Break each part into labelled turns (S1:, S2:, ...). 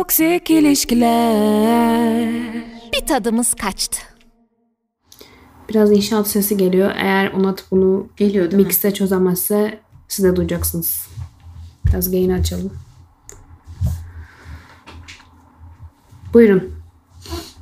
S1: Toksik ilişkiler.
S2: Bir tadımız kaçtı.
S3: Biraz inşaat sesi geliyor. Eğer Onat bunu
S4: Geliyor değil mi?
S3: mixte çözemezse siz de duyacaksınız. Biraz gain'i açalım. Buyurun.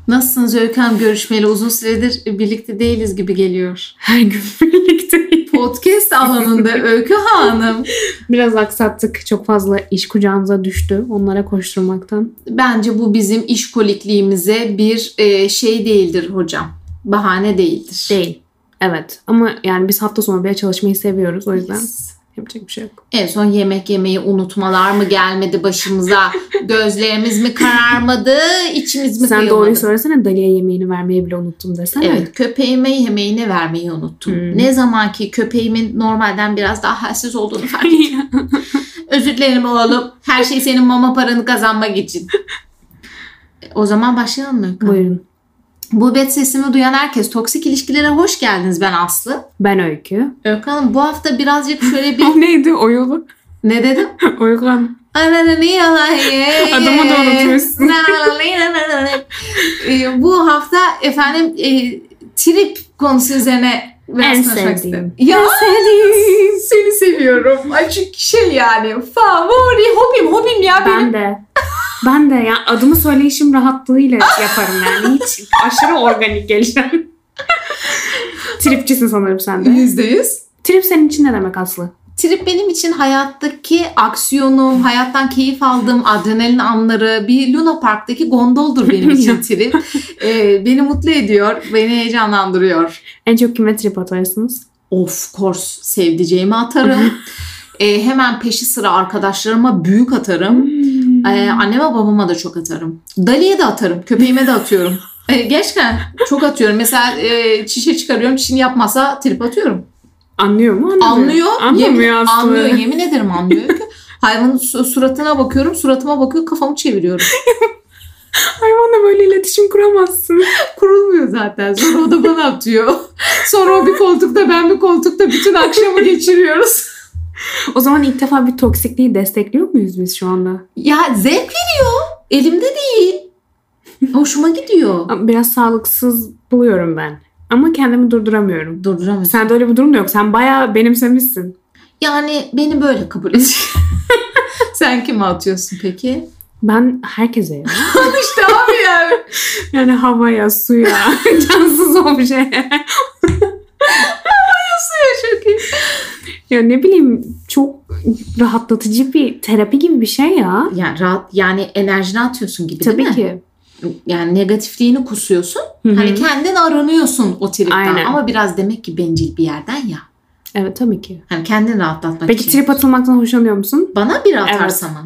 S4: Nasılsınız Öykam? Görüşmeyeli uzun süredir birlikte değiliz gibi geliyor.
S3: Her gün birlikteyiz.
S4: Podcast alanında Öykü Hanım.
S3: Biraz aksattık. Çok fazla iş kucağımıza düştü onlara koşturmaktan.
S4: Bence bu bizim işkolikliğimize bir e, şey değildir hocam. Bahane değildir.
S3: Değil. Evet ama yani biz hafta sonu bile çalışmayı seviyoruz o yüzden yapacak bir şey yok.
S4: En son yemek yemeyi unutmalar mı gelmedi başımıza? Gözlerimiz mi kararmadı? İçimiz mi
S3: Sen
S4: kıyılmadı?
S3: doğruyu söylesene Dali'ye yemeğini vermeyi bile unuttum desene.
S4: Evet köpeğime yemeğini vermeyi unuttum.
S3: Hmm.
S4: Ne zaman ki köpeğimin normalden biraz daha halsiz olduğunu fark ettim. Özür dilerim oğlum. Her şey senin mama paranı kazanmak için. O zaman başlayalım mı?
S3: Buyurun.
S4: Bu bet sesimi duyan herkes toksik ilişkilere hoş geldiniz ben Aslı.
S3: Ben Öykü.
S4: Öykü Hanım bu hafta birazcık şöyle bir
S3: O neydi? Oyulu.
S4: ne dedim?
S3: Oyulan. Adamı
S4: Adamı
S3: da unutmuşsun.
S4: Ee, Bu hafta efendim e, trip konusu üzerine biraz
S3: En
S4: konuşmak
S3: sevdiğim.
S4: istedim. Ya seni seviyorum. Ay çünkü şey yani favori hobim hobim ya
S3: Ben
S4: benim.
S3: de. Ben de ya adımı söyleyişim rahatlığıyla yaparım yani. Hiç aşırı organik gelişen. Tripçisin sanırım sen de.
S4: Yüzde yüz.
S3: Trip senin için ne demek Aslı?
S4: Trip benim için hayattaki aksiyonum, hayattan keyif aldığım adrenalin anları, bir Luna Park'taki gondoldur benim için trip. Ee, beni mutlu ediyor, beni heyecanlandırıyor.
S3: En çok kime trip atarsınız?
S4: Of course sevdiceğimi atarım. Ee, hemen peşi sıra arkadaşlarıma büyük atarım. Ee, anneme babama da çok atarım. Dali'ye de atarım, köpeğime de atıyorum. Ee, gerçekten çok atıyorum. Mesela e, çişe çıkarıyorum, çişini yapmasa trip atıyorum.
S3: Anlıyor mu? Anlamıyor.
S4: Anlıyor.
S3: Anlamıyor
S4: yemin,
S3: Aslı.
S4: Anlıyor yemin ederim anlıyor. ki Hayvanın su- suratına bakıyorum, suratıma bakıyor, kafamı çeviriyorum.
S3: Hayvanla böyle iletişim kuramazsın.
S4: Kurulmuyor zaten. Sonra o da bana atıyor. Sonra o bir koltukta, ben bir koltukta bütün akşamı geçiriyoruz.
S3: O zaman ilk defa bir toksikliği destekliyor muyuz biz şu anda?
S4: Ya zevk veriyor. Elimde değil. Hoşuma gidiyor.
S3: Biraz sağlıksız buluyorum ben. Ama kendimi durduramıyorum.
S4: Durduramıyorum.
S3: Sende öyle bir durum da yok. Sen bayağı benimsemişsin.
S4: Yani beni böyle kabul et. Sen kime atıyorsun peki?
S3: Ben herkese ya.
S4: işte abi ya.
S3: Yani havaya, suya, cansız şey. objeye.
S4: Çok iyi.
S3: Ya ne bileyim çok rahatlatıcı bir terapi gibi bir şey ya.
S4: Yani rahat yani enerjini atıyorsun gibi
S3: Tabii
S4: değil mi?
S3: ki.
S4: Yani negatifliğini kusuyorsun.
S3: Hı hı.
S4: Hani kendin aranıyorsun o tripten
S3: Aynen.
S4: ama biraz demek ki bencil bir yerden ya.
S3: Evet tabii ki.
S4: Hani kendini rahatlatmak
S3: Peki
S4: için.
S3: trip atılmaktan hoşlanıyor musun?
S4: Bana bir atar
S3: Evet.
S4: sana.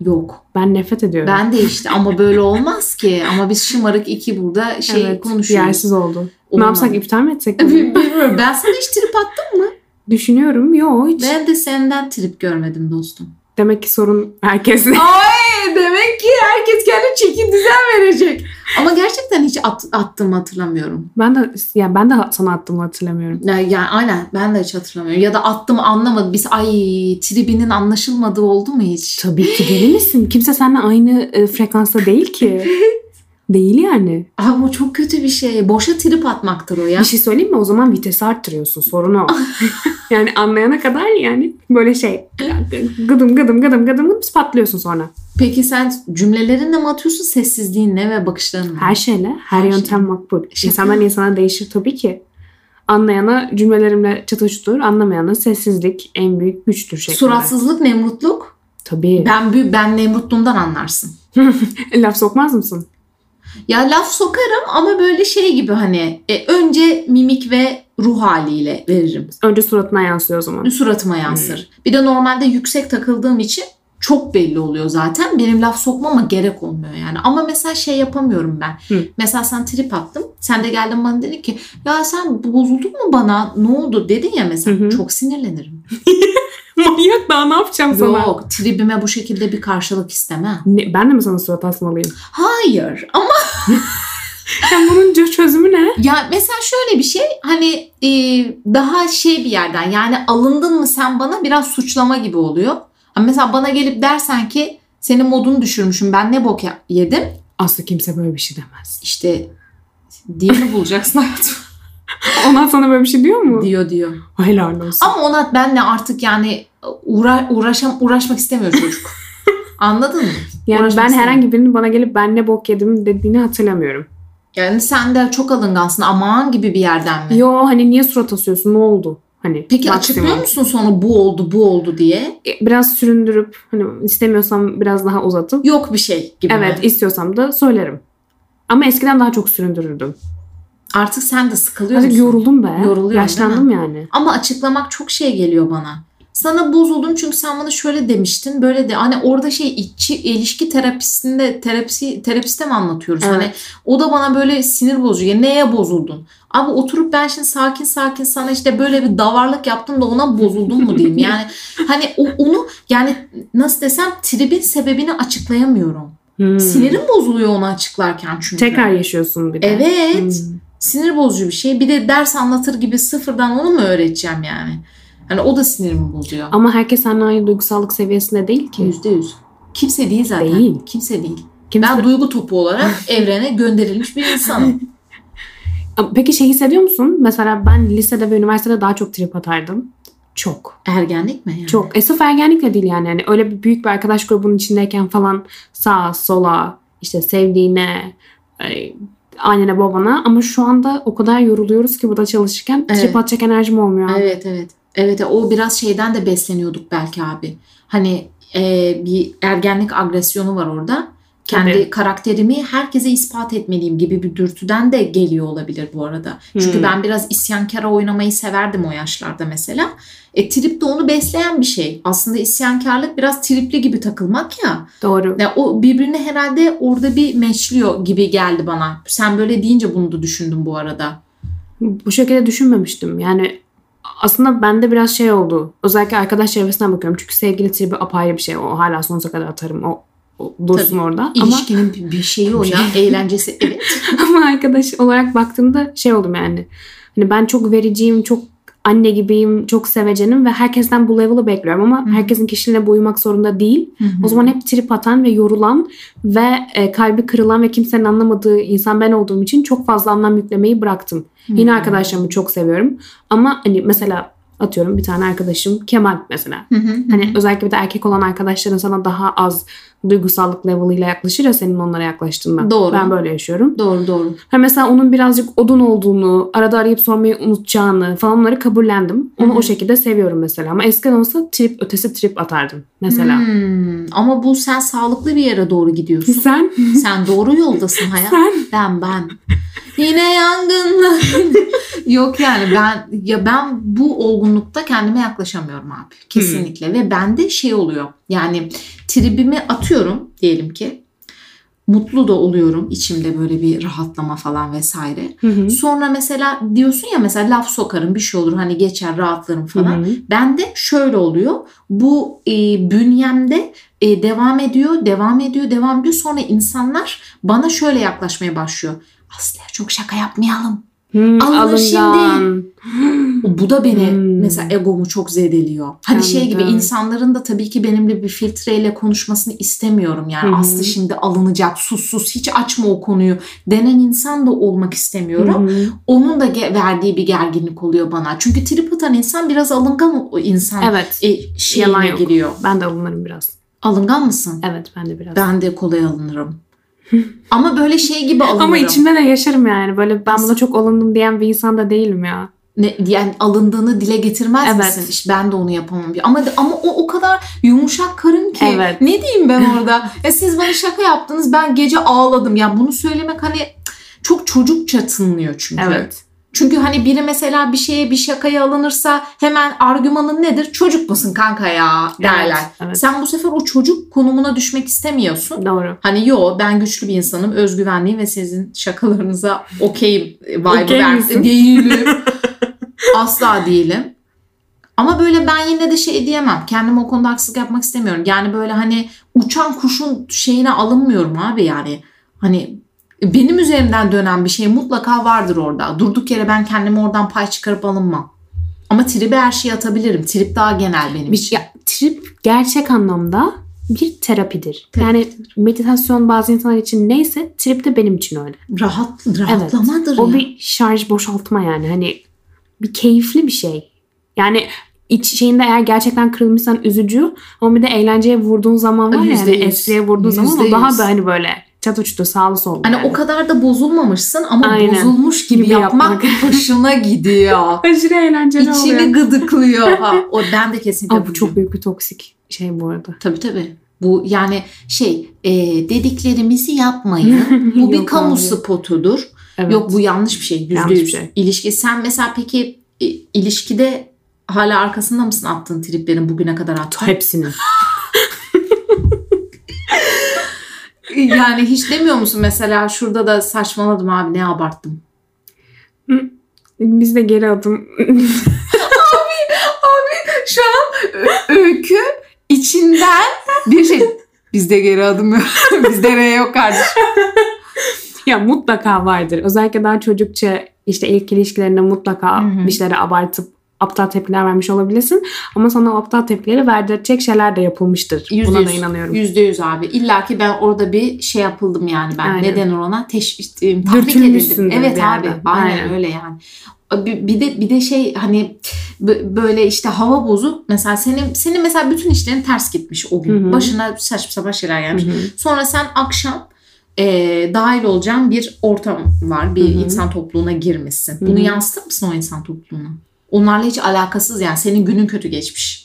S4: Yok.
S3: Ben nefret ediyorum.
S4: Ben de işte ama böyle olmaz ki. Ama biz şımarık iki burada şey
S3: evet,
S4: konuşuyoruz.
S3: Yersiz oldu. Ne
S4: Olmaz.
S3: yapsak iptal mi etsek? bunu?
S4: Bilmiyorum. Ben sana hiç trip attım.
S3: Düşünüyorum. Yok hiç.
S4: Ben de senden trip görmedim dostum.
S3: Demek ki sorun herkeste.
S4: Ay demek ki herkes kendi çeki düzen verecek. Ama gerçekten hiç at, attığımı hatırlamıyorum.
S3: Ben de ya ben de sana attığımı hatırlamıyorum.
S4: Ya, ya aynen ben de hiç hatırlamıyorum. Ya da attım anlamadım. Biz ay tribinin anlaşılmadığı oldu mu hiç?
S3: Tabii ki deli misin? Kimse seninle aynı e, frekansta değil ki. değil yani.
S4: Abi bu çok kötü bir şey. Boşa trip atmaktır o ya.
S3: Bir şey söyleyeyim mi? O zaman vitesi arttırıyorsun. Sorun o. yani anlayana kadar yani böyle şey gıdım gıdım gıdım gıdım gıdım patlıyorsun sonra.
S4: Peki sen cümlelerinle mi atıyorsun sessizliğinle ve bakışlarınla?
S3: Her şeyle her,
S4: Her
S3: yöntem
S4: şey.
S3: makbul.
S4: Şaka.
S3: İnsandan insana değişir tabii ki. Anlayana cümlelerimle çatıştır. Anlamayana sessizlik en büyük güçtür şeklinde.
S4: Suratsızlık, nemrutluk.
S3: Tabii.
S4: Ben büyü- ben nemrutluğumdan anlarsın.
S3: Laf sokmaz mısın?
S4: Ya laf sokarım ama böyle şey gibi hani e, önce mimik ve ruh haliyle veririm.
S3: Önce suratına yansıyor o zaman.
S4: Suratıma yansır.
S3: Hmm.
S4: Bir de normalde yüksek takıldığım için çok belli oluyor zaten. Benim laf sokmama gerek olmuyor yani. Ama mesela şey yapamıyorum ben.
S3: Hı.
S4: Mesela sen trip attım. Sen de geldin bana dedin ki ya sen bozuldun mu bana ne oldu dedin ya mesela.
S3: Hı hı.
S4: Çok sinirlenirim.
S3: Manyak daha ne yapacağım sana?
S4: Yok tribime bu şekilde bir karşılık istemem.
S3: Ne- ben de mi sana surat asmalıyım?
S4: Hayır ama
S3: Sen bunun çö- çözümü ne?
S4: ya mesela şöyle bir şey hani e, daha şey bir yerden yani alındın mı sen bana biraz suçlama gibi oluyor. Ama mesela bana gelip dersen ki Senin modunu düşürmüşüm. Ben ne bok ya- yedim?
S3: Aslı kimse böyle bir şey demez.
S4: İşte diyeni bulacaksın hayatım.
S3: Ondan sana böyle bir şey diyor mu?
S4: diyor diyor.
S3: Helal olsun.
S4: Ama ona benle artık yani uğra uğraşam uğraşmak istemiyor çocuk. Anladın mı?
S3: Yani
S4: uğraşmak
S3: ben
S4: istemiyor.
S3: herhangi birinin bana gelip ben ne bok yedim dediğini hatırlamıyorum.
S4: Yani sen de çok alıngansın aman gibi bir yerden mi?
S3: Yo hani niye surat asıyorsun ne oldu? Hani
S4: Peki
S3: maksimum.
S4: açıklıyor musun sonra bu oldu bu oldu diye?
S3: E, Biraz süründürüp hani istemiyorsam biraz daha uzatıp
S4: Yok bir şey gibi
S3: evet
S4: mi?
S3: istiyorsam da söylerim. Ama eskiden daha çok süründürürdüm.
S4: Artık sen de sıkılıyor
S3: Artık
S4: musun?
S3: yoruldum be.
S4: Yoruluyorsun, değil
S3: Yaşlandım yani.
S4: Ama açıklamak çok şey geliyor bana. Sana bozuldum çünkü sen bana şöyle demiştin böyle de hani orada şey içi ilişki terapisinde terapisi terapiste mi anlatıyoruz
S3: Evet.
S4: hani o da bana böyle sinir bozucu ya neye bozuldun abi oturup ben şimdi sakin sakin sana işte böyle bir davarlık yaptım da ona bozuldun mu diyeyim yani hani o, onu yani nasıl desem tribin sebebini açıklayamıyorum
S3: Hmm.
S4: sinirim bozuluyor onu açıklarken çünkü
S3: Tekrar yaşıyorsun bir de.
S4: evet
S3: Hmm.
S4: sinir bozucu bir şey. Bir de ders anlatır gibi sıfırdan onu mu öğreteceğim yani? Hani o da sinirimi bozuyor.
S3: Ama herkes seninle aynı duygusallık seviyesinde değil ki.
S4: Yüzde yüz. Kimse değil zaten.
S3: Değil.
S4: Kimse değil.
S3: Kimse-
S4: Ben duygu topu olarak evrene gönderilmiş bir insanım.
S3: Ama Peki şey hissediyor musun? Mesela ben lisede ve üniversitede daha çok trip atardım. Çok.
S4: Ergenlik mi yani?
S3: Çok. E sırf ergenlikle değil yani. yani. Öyle bir büyük bir arkadaş grubunun içindeyken falan sağa sola işte sevdiğine e, annene babana ama şu anda o kadar yoruluyoruz ki burada çalışırken
S4: Evet.
S3: trip atacak enerjim olmuyor.
S4: Evet evet. Evet o biraz şeyden de besleniyorduk belki abi. Hani e, bir ergenlik agresyonu var orada. Kendi
S3: Tabii.
S4: karakterimi herkese ispat etmeliyim gibi bir dürtüden de geliyor olabilir bu arada. Çünkü
S3: Hmm.
S4: ben biraz isyankara oynamayı severdim o yaşlarda mesela. E, trip de onu besleyen bir şey. Aslında isyankarlık biraz tripli gibi takılmak ya.
S3: Doğru.
S4: Ya o birbirini herhalde orada bir meşliyor gibi geldi bana. Sen böyle deyince bunu da düşündüm bu arada.
S3: Bu şekilde düşünmemiştim. Yani aslında bende biraz şey oldu. Özellikle arkadaş çevresine bakıyorum. Çünkü sevgili tribi apayrı bir şey. O hala sonsuza kadar atarım. O, o dursun orada. Ama
S4: İlişkinin bir- bir şeyi o ya. Eğlencesi evet.
S3: Ama arkadaş olarak baktığımda şey oldum yani. Hani ben çok vericiyim, çok anne gibiyim, çok sevecenim ve herkesten bu level'ı bekliyorum ama
S4: Hı.
S3: herkesin kişiliğine uymak zorunda değil. O zaman hep trip atan ve yorulan ve e, kalbi kırılan ve kimsenin anlamadığı insan ben olduğum için çok fazla anlam yüklemeyi bıraktım. Yine
S4: Hmm.
S3: arkadaşlarımı çok seviyorum ama hani mesela atıyorum bir tane arkadaşım Kemal mesela. Hani özellikle bir de erkek olan arkadaşların sana daha az duygusallık level'ıyla yaklaşır ya senin onlara yaklaştığında.
S4: Doğru.
S3: Ben böyle yaşıyorum.
S4: doğru doğru.
S3: Ha mesela onun birazcık odun olduğunu, arada arayıp sormayı unutacağını falan onları kabullendim. Onu
S4: Hı hı.
S3: o şekilde seviyorum mesela. Ama eskiden olsa trip ötesi trip atardım mesela.
S4: Hmm, Ama bu sen sağlıklı bir yere doğru gidiyorsun.
S3: Sen
S4: sen doğru yoldasın hayat.
S3: Sen.
S4: Ben ben. Yine yangınlar. Yok yani ben ya ben bu olgunlukta kendime yaklaşamıyorum abi.
S3: Hmm.
S4: Kesinlikle ve bende şey oluyor. Yani tribimi atıyorum diyelim ki. Mutlu da oluyorum. içimde böyle bir rahatlama falan vesaire. Sonra mesela diyorsun ya mesela laf sokarım bir şey olur hani geçer rahatlarım falan.
S3: Hı hı.
S4: Bende şöyle oluyor. Bu e, bünyemde e, devam ediyor, devam ediyor, devam ediyor. Sonra insanlar bana şöyle yaklaşmaya başlıyor. Aslı çok şaka yapmayalım.
S3: Hmm,
S4: Alınır
S3: alıngan.
S4: Bu da beni
S3: Hmm.
S4: mesela egomu çok zedeliyor. Hani şey gibi
S3: Anladım.
S4: insanların da tabii ki benimle bir filtreyle konuşmasını istemiyorum. Yani
S3: Hı hı.
S4: Aslı şimdi alınacak, sus sus hiç açma o konuyu denen insan da olmak istemiyorum.
S3: Hı hı.
S4: Onun da ge- verdiği bir gerginlik oluyor bana. Çünkü trip atan insan biraz alıngan o insan
S3: Evet.
S4: e, şeyine
S3: Yalan yok.
S4: giriyor.
S3: Ben de alınırım biraz.
S4: Alıngan mısın?
S3: Evet ben de biraz.
S4: Ben de kolay alınırım. Ama böyle şey gibi alınırım.
S3: Ama içimde de yaşarım yani. Böyle ben buna çok alındım diyen bir insan da değilim ya.
S4: ne, yani alındığını dile getirmez
S3: Evet.
S4: misin? İşte ben de onu yapamam. Ama ama o o kadar yumuşak karın ki.
S3: Evet.
S4: Ne diyeyim ben orada? e siz bana şaka yaptınız. Ben gece ağladım. Ya bunu söylemek hani çok çocukça tınlıyor çünkü.
S3: Evet.
S4: Çünkü hani biri mesela bir şeye bir şakaya alınırsa hemen argümanın nedir? Çocuk musun kanka ya derler.
S3: evet.
S4: Sen bu sefer o çocuk konumuna düşmek istemiyorsun.
S3: Doğru.
S4: Hani yo ben güçlü bir insanım, özgüvenliyim ve sizin şakalarınıza okeyim e, vibe
S3: Okey
S4: ver-
S3: misin?
S4: Değilim. Asla değilim. Ama böyle ben yine de şey diyemem. Kendime o konuda haksızlık yapmak istemiyorum. Yani böyle hani uçan kuşun şeyine alınmıyorum abi yani. Hani benim üzerimden dönen bir şey mutlaka vardır orada. Durduk yere ben kendimi oradan pay çıkarıp alınmam. Ama tribe her şeyi atabilirim. Trip daha genel benim
S3: Bir,
S4: için.
S3: ya, trip gerçek anlamda bir terapidir. Yani meditasyon bazı insanlar için neyse trip de benim için öyle.
S4: Rahat, rahatlamadır
S3: O
S4: ya.
S3: bir şarj boşaltma yani hani bir keyifli bir şey. Yani iç şeyinde eğer gerçekten kırılmışsan üzücü ama bir de eğlenceye vurduğun zaman var ya
S4: Yüzde
S3: yani
S4: yüz.
S3: espriye vurduğun zaman o
S4: Yüzde
S3: daha
S4: yüz.
S3: da hani böyle çat uçtu sağlı sollu.
S4: Hani
S3: yani.
S4: o kadar da bozulmamışsın ama
S3: Aynen.
S4: bozulmuş gibi,
S3: Gibi
S4: yapmak hoşuna gidiyor.
S3: aşırı eğlenceli
S4: İçini
S3: oluyor.
S4: gıdıklıyor. Ha, o ben de kesinlikle
S3: Aa, bu
S4: buyum.
S3: çok büyük bir toksik şey bu arada.
S4: Tabii tabii. Bu yani şey e, dediklerimizi yapmayın. Bu bir
S3: Yok
S4: kamu
S3: abi.
S4: spotudur.
S3: Evet.
S4: Yok bu yanlış bir şey. Yüzde
S3: Yanlış
S4: yüz.
S3: bir şey.
S4: İlişki. Sen mesela peki e, ilişkide hala arkasında mısın attığın triplerin bugüne kadar attığın?
S3: hepsini.
S4: yani hiç demiyor musun mesela şurada da saçmaladım abi ne abarttım.
S3: Biz de geri adım.
S4: Şu an Ö- öykü içinden bir şey bizde geri adım yok. bizde R yok kardeşim.
S3: ya mutlaka vardır. Özellikle daha çocukça işte ilk ilişkilerinde mutlaka
S4: Hı hı.
S3: bir şeyleri abartıp aptal tepkiler vermiş olabilirsin. Ama sana o aptal tepkileri verdirecek şeyler de yapılmıştır.
S4: Yüzde
S3: Buna da
S4: yüz.
S3: inanıyorum.
S4: Yüzde yüz abi. İlla ki ben orada bir şey yapıldım yani ben.
S3: Aynen.
S4: Neden ona? Teş, e, tahrik edildim.
S3: Dürtülmüşsündür
S4: Evet
S3: bir
S4: abi.
S3: yerden.
S4: Aynen,
S3: Aynen.
S4: öyle yani. Bir, bir de bir de şey hani b- böyle işte hava bozuk mesela senin senin mesela bütün işlerin ters gitmiş o gün.
S3: Hı hı.
S4: Başına saçma sapan şeyler gelmiş.
S3: Hı hı.
S4: Sonra sen akşam e, dahil olacağın bir ortam var. Bir
S3: Hı hı.
S4: insan topluluğuna girmişsin. Bunu
S3: Hı hı.
S4: yansıtır mısın o insan topluluğuna? Onlarla hiç alakasız yani. Senin günün kötü geçmiş.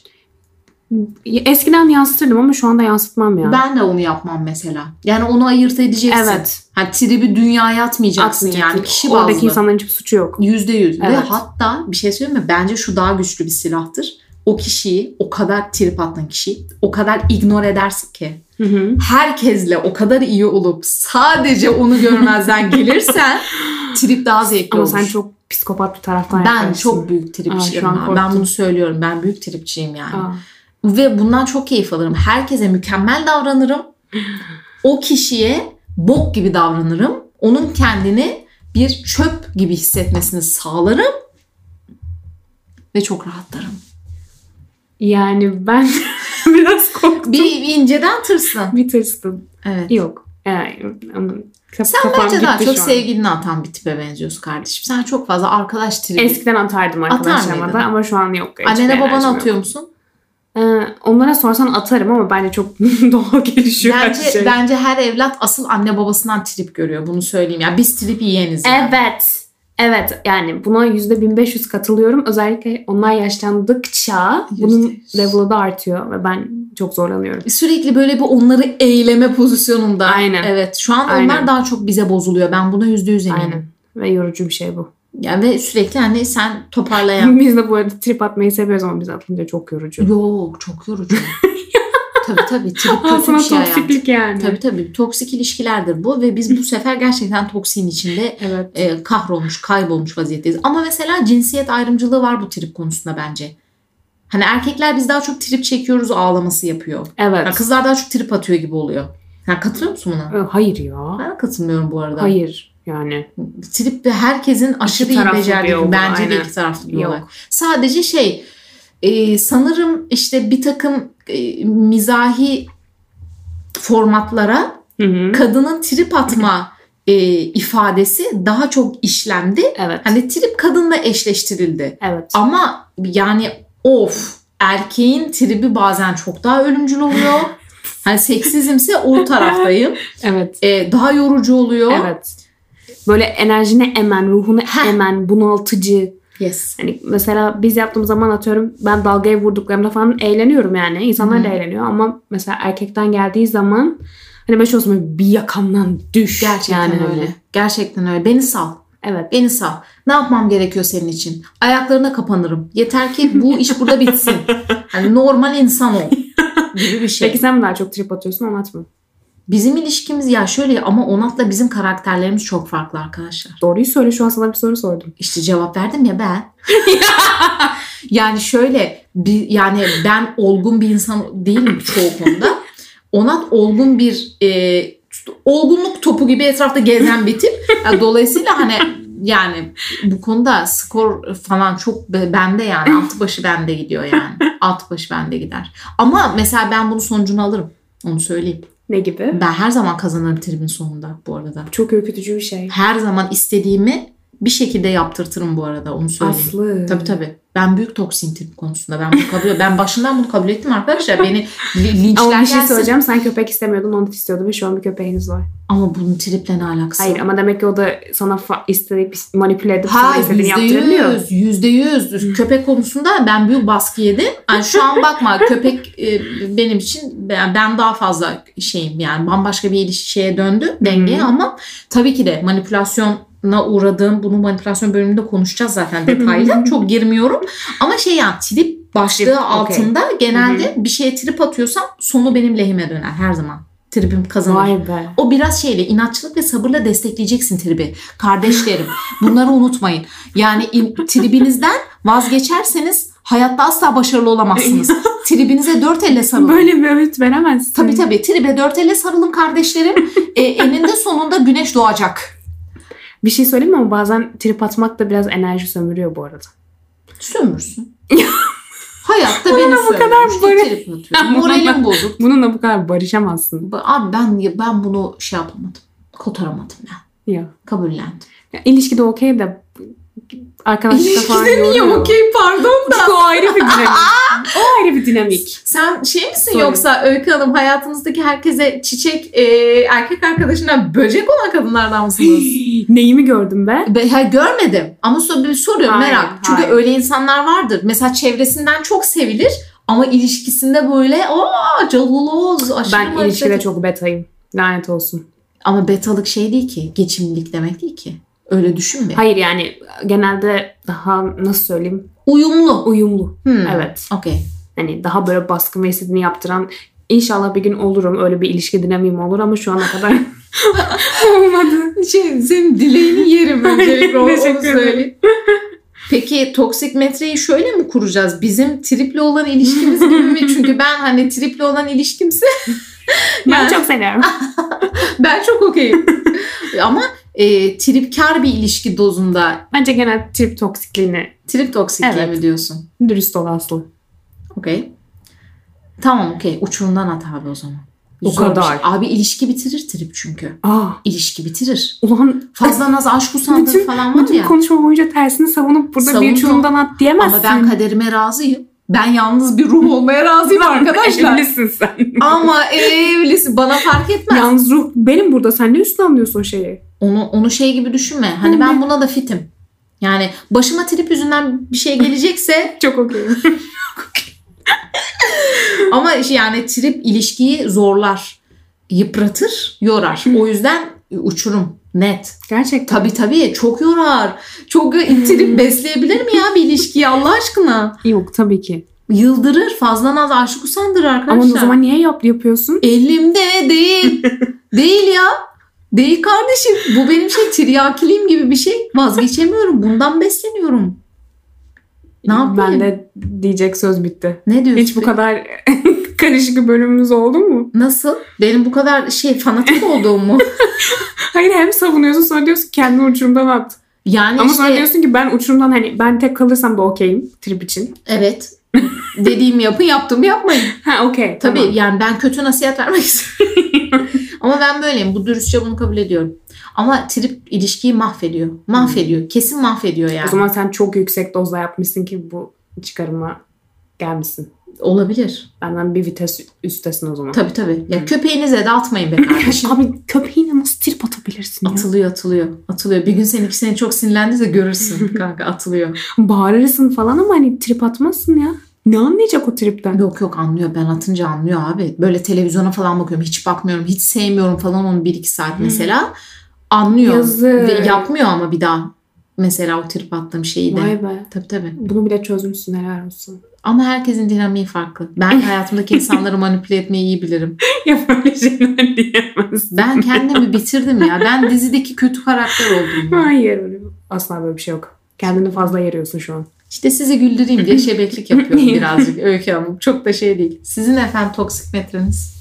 S3: Ya Eskiden yansıtırdım ama şu anda yansıtmam ya.
S4: Ben de onu yapmam mesela. Yani onu ayırt edeceksin.
S3: Evet.
S4: Hani tribi dünyaya atmayacaksın
S3: Atmayacaksın.
S4: yani. Kişi bazlı.
S3: Oradaki insanların hiçbir suçu yok.
S4: Yüzde yüz. Ve
S3: Evet.
S4: hatta bir şey söyleyeyim mi? Bence şu daha güçlü bir silahtır. O kişiyi, o kadar trip attığın kişiyi o kadar ignore edersin ki.
S3: Hı hı.
S4: herkesle o kadar iyi olup sadece onu görmezden gelirsen trip daha zevkli
S3: Ama
S4: olur.
S3: sen çok psikopat bir taraftan
S4: ben
S3: yaklaştın.
S4: çok büyük tripçiyim.
S3: Aa, şu an
S4: abi. ben
S3: korktum.
S4: bunu söylüyorum. Ben büyük tripçiyim yani.
S3: Aa.
S4: Ve bundan çok keyif alırım. Herkese mükemmel davranırım. O kişiye bok gibi davranırım. Onun kendini bir çöp gibi hissetmesini sağlarım. Ve çok rahatlarım.
S3: Yani ben biraz korktum. Bir,
S4: Bir inceden tırsın.
S3: bir tırstım.
S4: Evet.
S3: Yok. Yani, ama kaf-
S4: Sen
S3: kafam
S4: bence daha
S3: gitti
S4: çok
S3: şu an.
S4: sevgilini atan bir tipe benziyorsun kardeşim. Sen çok fazla arkadaş tribi.
S3: Eskiden atardım
S4: Şey, Atar
S3: arkadaşlarıma da
S4: mıydın?
S3: ama şu an yok. Hiçbir
S4: Annene
S3: enerjim
S4: babana
S3: yok.
S4: atıyor musun?
S3: Ee, onlara sorsan atarım ama bence çok doğal gelişiyor her
S4: bence
S3: şey.
S4: bence her evlat asıl anne babasından trip görüyor. Bunu söyleyeyim. Yani biz trip yiyeniz. yani.
S3: Evet. Evet yani buna yüzde 1500 katılıyorum. Özellikle onlar yaşlandıkça
S4: Yüzde
S3: bunun
S4: yüz.
S3: level'ı da artıyor ve ben çok zorlanıyorum.
S4: Sürekli böyle bir onları eyleme pozisyonunda.
S3: Aynen.
S4: Evet. Şu an onlar
S3: Aynen.
S4: daha çok bize bozuluyor. Ben buna yüzde yüz eminim.
S3: Aynen. Ve yorucu bir şey bu.
S4: Yani ve sürekli hani sen toparlayan.
S3: Biz de bu arada trip atmayı seviyoruz ama biz atınca çok yorucu.
S4: Yok çok yorucu. tabii tabii. Trip kötü
S3: Aslında
S4: bir şey hayatım.
S3: toksiklik yani.
S4: Tabii tabii. Toksik ilişkilerdir bu ve biz bu sefer gerçekten toksiğin içinde
S3: Evet.
S4: e, kahrolmuş, kaybolmuş vaziyetteyiz. Ama mesela cinsiyet ayrımcılığı var bu trip konusunda bence. Hani erkekler biz daha çok trip çekiyoruz ağlaması yapıyor. Yani
S3: Evet.
S4: kızlar daha çok trip atıyor gibi oluyor. Yani katılıyor musun buna?
S3: Ee, Hayır ya.
S4: Ben de katılmıyorum bu arada.
S3: Hayır yani.
S4: Trip ve herkesin aşırı iyi
S3: taraflı bir
S4: becerdiği
S3: olgu,
S4: bence de
S3: aynen.
S4: iki taraflı bir
S3: Yok.
S4: olay. Sadece şey e, sanırım işte bir takım e, mizahi formatlara
S3: Hı hı.
S4: kadının trip atma e, ifadesi daha çok işlendi.
S3: Evet.
S4: Hani trip kadınla eşleştirildi.
S3: Evet.
S4: Ama yani of erkeğin tribi bazen çok daha ölümcül oluyor. Hani seksizimse o taraftayım.
S3: Evet.
S4: Ee, daha yorucu oluyor.
S3: Evet. Böyle enerjini emen, ruhunu
S4: Heh.
S3: emen, bunaltıcı.
S4: Yes.
S3: Hani mesela biz yaptığım zaman atıyorum ben dalgaya vurduklarımda falan eğleniyorum yani. İnsanlar da
S4: Hı.
S3: eğleniyor ama mesela erkekten geldiği zaman hani ben şey olsun böyle bir yakamdan düş.
S4: Gerçekten
S3: yani hani.
S4: öyle. Gerçekten öyle. Beni sal.
S3: Evet.
S4: Beni sal. Ne yapmam gerekiyor senin için? Ayaklarına kapanırım. Yeter ki bu iş burada bitsin. Hani normal insan ol gibi bir şey.
S3: Peki sen mi daha çok trip atıyorsun anlat mı?
S4: Bizim ilişkimiz ya şöyle ama Onat'la bizim karakterlerimiz çok farklı arkadaşlar.
S3: Doğruyu söyle şu an sana bir soru sordum.
S4: İşte cevap verdim ya ben. yani şöyle bir, yani ben olgun bir insan değilim çoğu konuda. Onat olgun bir e, olgunluk topu gibi etrafta gezen bir tip. Yani dolayısıyla hani yani bu konuda skor falan çok be- bende yani. Alt başı bende gidiyor yani. Alt başı bende gider. Ama mesela ben bunun sonucunu alırım. Onu söyleyeyim.
S3: Ne gibi?
S4: Ben her zaman kazanırım tribin sonunda bu arada.
S3: Çok ürkütücü bir şey.
S4: Her zaman istediğimi bir şekilde yaptırtırım bu arada onu söyleyeyim.
S3: Aslı.
S4: Tabii tabii. Ben büyük toksin trip konusunda. Ben bunu kabul Ben başından bunu kabul ettim arkadaşlar. Beni li- linçler
S3: Ama bir şey
S4: gelsin.
S3: söyleyeceğim. Sen köpek istemiyordun, onu istiyordun ve şu an bir köpeğiniz var.
S4: Ama bunun triple ne alakası?
S3: Hayır ama demek ki o da sana fa- isteyip manipüle edip sana
S4: Hayır
S3: istediğini
S4: yüzde
S3: yaptırabiliyor.
S4: yüz, yüzde yüz. Köpek konusunda ben büyük baskı yedim. Yani şu an bakma köpek e, benim için ben ben daha fazla şeyim yani bambaşka bir ilişki şeye döndü dengeye
S3: Hı.
S4: ama tabii ki de manipülasyona uğradığım bunu manipülasyon bölümünde konuşacağız zaten detaylı. Çok girmiyorum ama şey yani trip başlığı
S3: Trip, okey.
S4: altında genelde bir şeye trip atıyorsam sonu benim lehime döner her zaman. Tribim kazanır.
S3: Vay be.
S4: O biraz şeyle inatçılık ve sabırla destekleyeceksin tribi. Kardeşlerim bunları unutmayın. Yani im- tribinizden vazgeçerseniz hayatta asla başarılı olamazsınız. Tribinize dört elle sarılın.
S3: Böyle bir öğüt veremezsin.
S4: Tabii tabii tribe dört elle sarılın kardeşlerim. E, eninde sonunda güneş doğacak.
S3: Bir şey söyleyeyim mi ama bazen trip atmak da biraz enerji sömürüyor bu arada.
S4: Sömürsün. Hayatta beni
S3: bu
S4: sömürmüş.
S3: kadar
S4: Hiç
S3: böyle-
S4: trip atıyorum. Moralim bozuk.
S3: Bununla bu kadar barışamazsın.
S4: Abi ben ben bunu şey yapamadım. Kotaramadım ben.
S3: Ya.
S4: Kabullendim.
S3: ya ilişkide okey de arkadaşlıkta falan
S4: İlişkide niye
S3: yoruyor.
S4: okey pardon da.
S3: Çünkü o ayrı bir dinamik. o ayrı bir dinamik.
S4: Sen şey misin
S3: Sorry.
S4: yoksa Öykü Hanım hayatınızdaki herkese çiçek, e, erkek arkadaşına böcek olan kadınlardan mısınız?
S3: Neyimi gördüm ben?
S4: Be- hayır, görmedim ama sor- bir soruyorum
S3: Hayır,
S4: merak. Çünkü
S3: hayır.
S4: öyle insanlar vardır. Mesela çevresinden çok sevilir ama ilişkisinde böyle aa caloz aşırı
S3: Ben
S4: manipülatif."
S3: ilişkide çok betayım. Lanet olsun.
S4: Ama betalık şey değil ki. Geçimlilik demek değil ki. Öyle düşünme.
S3: Hayır yani genelde daha nasıl söyleyeyim
S4: Uyumlu.
S3: uyumlu.
S4: Hmm.
S3: Evet.
S4: Okey.
S3: Hani daha böyle baskın ve istediğini yaptıran İnşallah bir gün olurum. Öyle bir ilişki dinamiğim olur ama şu ana kadar olmadı.
S4: Şey, senin dileğini yerim öncelikle onu, onu
S3: Teşekkür ederim.
S4: söyleyeyim. Peki toksik metreyi şöyle mi kuracağız? Bizim triple olan ilişkimiz gibi mi? Çünkü ben hani triple olan ilişkimse
S3: Ben çok seviyorum.
S4: ben çok okeyim. Ama e, tripkar bir ilişki dozunda
S3: Bence genel trip toksikliğine
S4: trip toksikliği
S3: Evet.
S4: mi diyorsun?
S3: dürüst ol Aslı.
S4: Okey. Tamam okey. Uçurumdan at abi o zaman.
S3: O
S4: Zor bir
S3: kadar.
S4: şey. Abi ilişki bitirir trip çünkü.
S3: Aa,
S4: İlişki bitirir.
S3: Ah, ulan
S4: Fazla naz aşk usandığı
S3: Bütün-
S4: falan var
S3: bütün
S4: ya.
S3: konuşma boyunca tersini savunup burada
S4: Savundum.
S3: bir çuğumdan at diyemezsin.
S4: Ama ben kaderime razıyım. Ben yalnız bir ruh olmaya razıyım arkadaşlar.
S3: Evlisin sen.
S4: Ama evlisi bana fark etmez.
S3: Yalnız ruh benim burada. Sen ne üstüne anlıyorsun o şeyi?
S4: Onu onu şey gibi düşünme. Hani ben buna da fitim. Yani başıma trip yüzünden bir şey gelecekse
S3: Çok okeyim.
S4: ama yani trip ilişkiyi zorlar, yıpratır, yorar. O yüzden uçurum net.
S3: Gerçekten.
S4: Tabii tabii çok yorar. Çok trip besleyebilir mi ya bir ilişkiyi Allah aşkına?
S3: Yok tabii ki.
S4: Yıldırır, fazla naz aşık usandır arkadaşlar.
S3: Ama o zaman niye yap yapıyorsun?
S4: Elimde değil. değil ya. Değil kardeşim. Bu benim şey tiryakiliğim gibi bir şey. Vazgeçemiyorum. Bundan besleniyorum. Ne yapayım?
S3: Ben de diyecek söz bitti.
S4: Ne diyorsun?
S3: Hiç bu kadar karışık bir bölümümüz oldu mu?
S4: Nasıl? Benim bu kadar şey fanatik olduğum mu?
S3: Hayır hem savunuyorsun sonra diyorsun ki kendini uçurumdan at.
S4: Yani
S3: Ama
S4: işte
S3: sonra diyorsun ki ben uçurumdan hani ben tek kalırsam da okeyim trip için.
S4: evet. Dediğimi yapın, yaptığımı yapmayın.
S3: Ha okey.
S4: Tabii
S3: tamam.
S4: yani ben kötü nasihat vermek istiyorum. Ama ben böyleyim. Bu dürüstçe bunu kabul ediyorum. Ama trip ilişkiyi mahvediyor. Mahvediyor. Kesin mahvediyor yani.
S3: Hmm. O zaman sen çok yüksek dozla yapmışsın ki bu çıkarıma gelmişsin.
S4: Olabilir.
S3: Benden bir vites üstesin o zaman.
S4: Tabii tabii.
S3: Hmm.
S4: Ya köpeğinize de atmayın be kardeşim.
S3: Abi köpeğine nasıl trip atabilirsin ya?
S4: Atılıyor atılıyor. Atılıyor. Bir gün sen ikisini çok sinirlendi de görürsün kanka atılıyor.
S3: Bağırırsın falan ama hani trip atmazsın ya. Ne anlayacak o tripten?
S4: Yok yok anlıyor. Ben atınca anlıyor abi. Böyle televizyona falan bakıyorum. Hiç bakmıyorum. Hiç sevmiyorum falan onu 1-2 saat mesela. Anlıyor.
S3: Yazık.
S4: Ve yapmıyor ama bir daha. Mesela o trip attığım şeyi de.
S3: Vay be.
S4: Tabii tabii.
S3: Bunu bile çözmüşsün helal olsun.
S4: Ama herkesin dinamiği farklı. Ben hayatımdaki insanları manipüle etmeyi iyi bilirim.
S3: ya böyle şeyler diyemezsin.
S4: Ben kendimi bitirdim ya. Ben dizideki kötü karakter oldum. ya.
S3: Hayır öyle Asla böyle bir şey yok. Kendini fazla yarıyorsun şu an.
S4: İşte sizi güldüreyim diye şebeklik yapıyorum birazcık Öykü Hanım. Çok da şey değil. Sizin efendim toksik metreniz.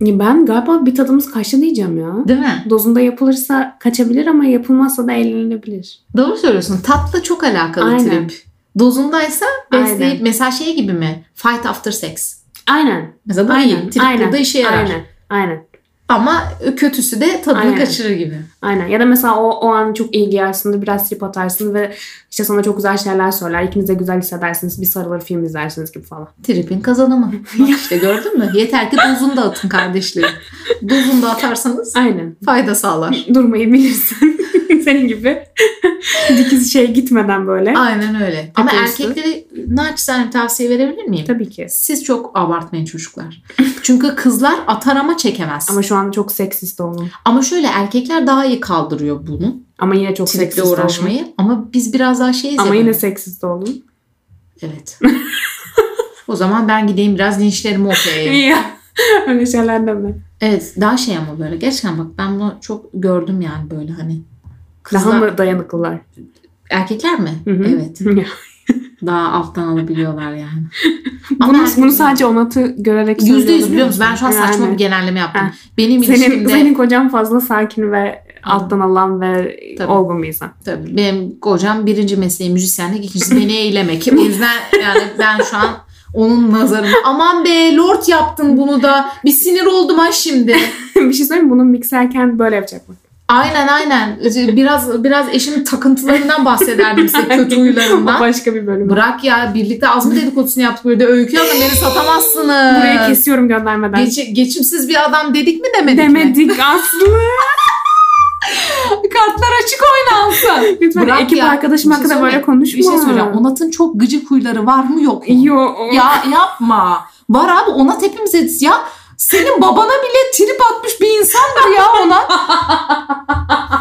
S3: Ya Ben galiba bir tadımız kaçtı diyeceğim ya.
S4: Değil mi?
S3: Dozunda yapılırsa kaçabilir ama yapılmazsa da eğlenilebilir.
S4: Doğru söylüyorsun. Tatla çok alakalı
S3: Aynen.
S4: trip. Dozundaysa besleyip
S3: Aynen.
S4: mesela şey gibi mi? Fight after sex.
S3: Aynen.
S4: Mesela bu iyi.
S3: Aynen.
S4: Triple'da
S3: aynen.
S4: işe yarar.
S3: Aynen. Aynen.
S4: Ama kötüsü de tadını
S3: Aynen.
S4: kaçırır gibi.
S3: Aynen. Ya da mesela o, o an çok ilgi yersin, biraz trip atarsın ve işte sana çok güzel şeyler söyler. İkiniz de güzel hissedersiniz. Bir sarılır film izlersiniz gibi falan.
S4: Trip'in kazanımı. Bak işte gördün mü? Yeter ki dozunu da atın kardeşlerim. Dozunu da atarsanız
S3: Aynen.
S4: fayda sağlar.
S3: Durmayı bilirsin. Senin gibi. Dikiz şey gitmeden böyle.
S4: Aynen öyle. Ama
S3: Takılırsın.
S4: erkeklere naçizane bir tavsiye verebilir miyim?
S3: Tabii ki.
S4: Siz çok abartmayın çocuklar. Çünkü kızlar atar ama çekemez. Ama,
S3: Ama şu an çok seksist oldum.
S4: şöyle erkekler daha iyi kaldırıyor bunu.
S3: Ama yine çok
S4: Trip'le
S3: seksist oldum.
S4: uğraşmayı. Ama biz biraz daha şeyiz
S3: Ama
S4: ya
S3: yine
S4: böyle.
S3: seksist oldum.
S4: Evet. o zaman ben gideyim biraz linçlerimi okuyayım.
S3: Ya. Öyle şeyler deme.
S4: Evet daha şey ama böyle. Gerçekten bak ben bunu çok gördüm yani böyle hani. Kızlar,
S3: Daha mı dayanıklılar?
S4: Erkekler mi?
S3: Hı hı.
S4: Evet.
S3: Ya.
S4: Daha alttan alabiliyorlar yani. Ama
S3: bunu,
S4: erkekler-
S3: bunu sadece onatı görerek
S4: Yüzde yüz
S3: söylüyorum,
S4: biliyor musun? Ben şu an saçma
S3: Yani.
S4: bir genelleme yaptım.
S3: Ha.
S4: Benim
S3: Senin,
S4: ilişkimde
S3: senin kocan fazla sakin ve
S4: Hı.
S3: alttan alan ve
S4: Tabii.
S3: olgun bir insan.
S4: tabii benim kocam birinci mesleği müzisyenlik, ikincisi beni eğlemek. O yüzden yani ben şu an onun nazarında aman be lord yaptın bunu da bir sinir oldum ha şimdi.
S3: bir şey söyleyeyim mi? Bunu mikserken böyle yapacak mı?
S4: Aynen aynen. Biraz biraz eşimin takıntılarından bahsederdim size kötü
S3: O
S4: huylarından.
S3: başka bir bölüm.
S4: Bırak ya birlikte az mı dedikodusunu yaptık böyle de öykü ama beni satamazsınız.
S3: Burayı kesiyorum göndermeden.
S4: Geçi- geçimsiz bir adam dedik mi demedik mi?
S3: Demedik Aslı.
S4: Kartlar açık oynansın.
S3: Lütfen
S4: Bırak
S3: ekip
S4: ya.
S3: arkadaşım
S4: Bir şey
S3: hakkında
S4: söyle-
S3: böyle konuşma.
S4: Bir şey söyleyeceğim. Onat'ın çok gıcık huyları var mı yok mu?
S3: Yo.
S4: Ya yapma. Var abi Onat hepimiz ediz ya. Senin babana bile trip atmış bir insandır ya Onat.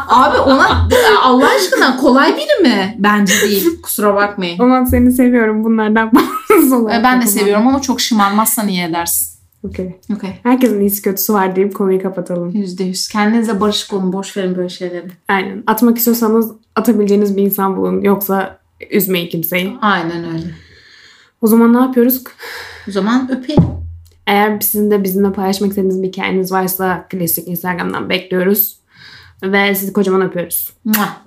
S4: abi Onat Allah aşkına kolay biri mi? Bence değil. Kusura bakmayın.
S3: Onat seni seviyorum bunlardan bağımsız olarak.
S4: Ee, Ben de
S3: yapamam.
S4: seviyorum ama çok şımarmazsan iyi edersin.
S3: Okey.
S4: Okey.
S3: Herkesin iyisi kötüsü var deyip konuyu kapatalım.
S4: Yüzde yüz. Kendinize barışık olun. Boş verin böyle şeyleri.
S3: Aynen. Atmak istiyorsanız atabileceğiniz bir insan bulun. Yoksa üzmeyin kimseyi.
S4: Aynen öyle.
S3: O zaman ne yapıyoruz?
S4: O zaman öpelim.
S3: Eğer sizin de bizimle paylaşmak istediğiniz bir hikayeniz varsa klasik Instagram'dan bekliyoruz. Ve sizi kocaman öpüyoruz.
S4: Mua.